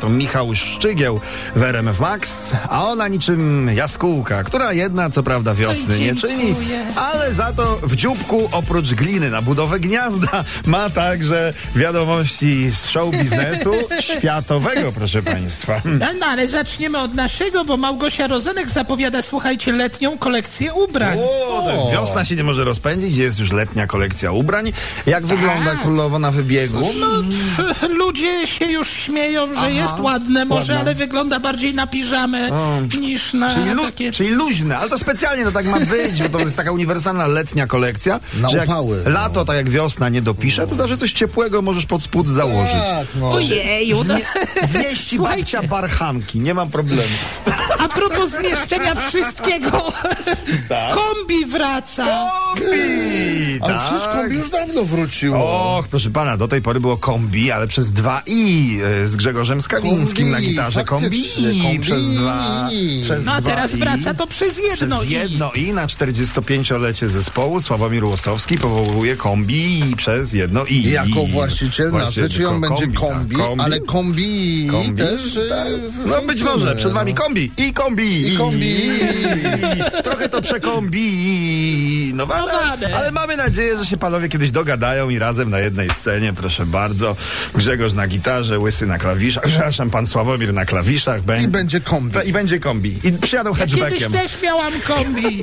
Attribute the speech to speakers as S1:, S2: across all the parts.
S1: To Michał Szczygieł w RMF Max, a ona niczym jaskółka, która jedna co prawda wiosny nie czyni, ale za to w dzióbku oprócz gliny na budowę gniazda ma także wiadomości z show biznesu światowego, proszę państwa.
S2: No, no ale zaczniemy od naszego, bo Małgosia Rozenek zapowiada, słuchajcie, letnią kolekcję ubrań.
S1: O, wiosna się nie może rozpędzić, jest już letnia kolekcja ubrań. Jak wygląda królowo na wybiegu?
S2: No, pff, ludzie się już śmieją, że jest ładne może, ale wygląda bardziej na piżamę niż na
S1: Czyli, lu-
S2: takie...
S1: czyli luźne, ale to specjalnie to tak ma być, bo to jest taka uniwersalna letnia kolekcja.
S3: Na
S1: że jak
S3: upały, no.
S1: Lato, tak jak wiosna, nie dopisze, to zawsze coś ciepłego możesz pod spód założyć.
S3: Tak, no.
S2: Ojeju, no.
S1: Zmieści
S2: Słuchajcie.
S1: babcia barchanki, nie mam problemu.
S2: a propos zmieszczenia wszystkiego,
S1: Tak.
S2: kombi wraca.
S1: Kombi!
S3: Ale przecież kombi już dawno wróciło.
S1: tak. Och, proszę pana, do tej pory było kombi, ale przez dwa i e, z Grzegorzem Skawińskim
S3: Kombi,
S1: na gitarze. Kombi,
S3: faktycznie, kombi.
S1: przez dwa. Przez
S2: No a
S1: dwa
S2: teraz
S1: i.
S2: wraca to przez
S3: No
S2: jedno.
S1: Przez
S2: i-
S1: jedno i na 45-lecie zespołu Sławomir Łosowski powołuje kombi i przez jedno i.
S3: Jako właściciel nazwy,
S1: Właściciel,
S3: czyli on
S1: tylko
S3: będzie kombi,
S1: tak,
S3: ale kombi,
S1: Kombi,
S3: też... e,
S1: tak.
S3: w-
S1: No być może, przed wami kombi i kombi.
S3: I kombi.
S1: Trochę to przekombi. No ale,
S3: tak.
S2: Nowane.
S1: ale mamy nadzieję, że się panowie kiedyś dogadają i razem na jednej scenie, proszę bardzo. Grzegorz na gitarze, Łysy na klawiszach, przepraszam, pan Sławomir na klawiszach. Bę-
S3: I będzie kombi.
S1: I będzie kombi. I przyjadą
S2: Kiedyś
S1: hatchbackiem.
S2: też miałam kombi.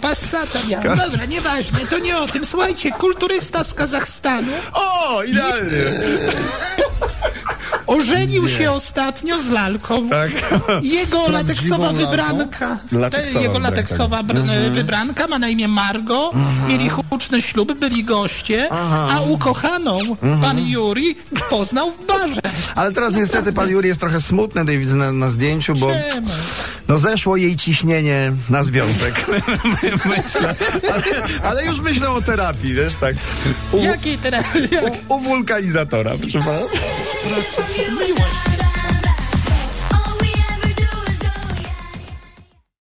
S2: Passata miałam. Dobra, nieważne, to nie o tym. Słuchajcie, kulturysta z Kazachstanu
S1: O, idealnie.
S2: ożenił się ostatnio z lalką.
S1: Tak.
S2: Jego lateksowa
S3: lalką?
S2: wybranka.
S1: Lateksowa
S2: Te, jego
S1: wybranka. Mhm.
S2: lateksowa br- e, wybranka ma na imię Margo. Mieli huczny ślub, byli goście, a ukochaną
S1: Mhm.
S2: pan Juri poznał w barze.
S1: Ale teraz niestety pan Juri jest trochę smutny, tutaj widzę na, na zdjęciu, bo
S2: Czemu?
S1: no zeszło jej ciśnienie na związek. Myślę. Ale, ale już myślę o terapii, wiesz, tak. U,
S2: Jakiej teraz? Jak?
S1: u, u wulkanizatora, proszę pana.
S2: Miłość.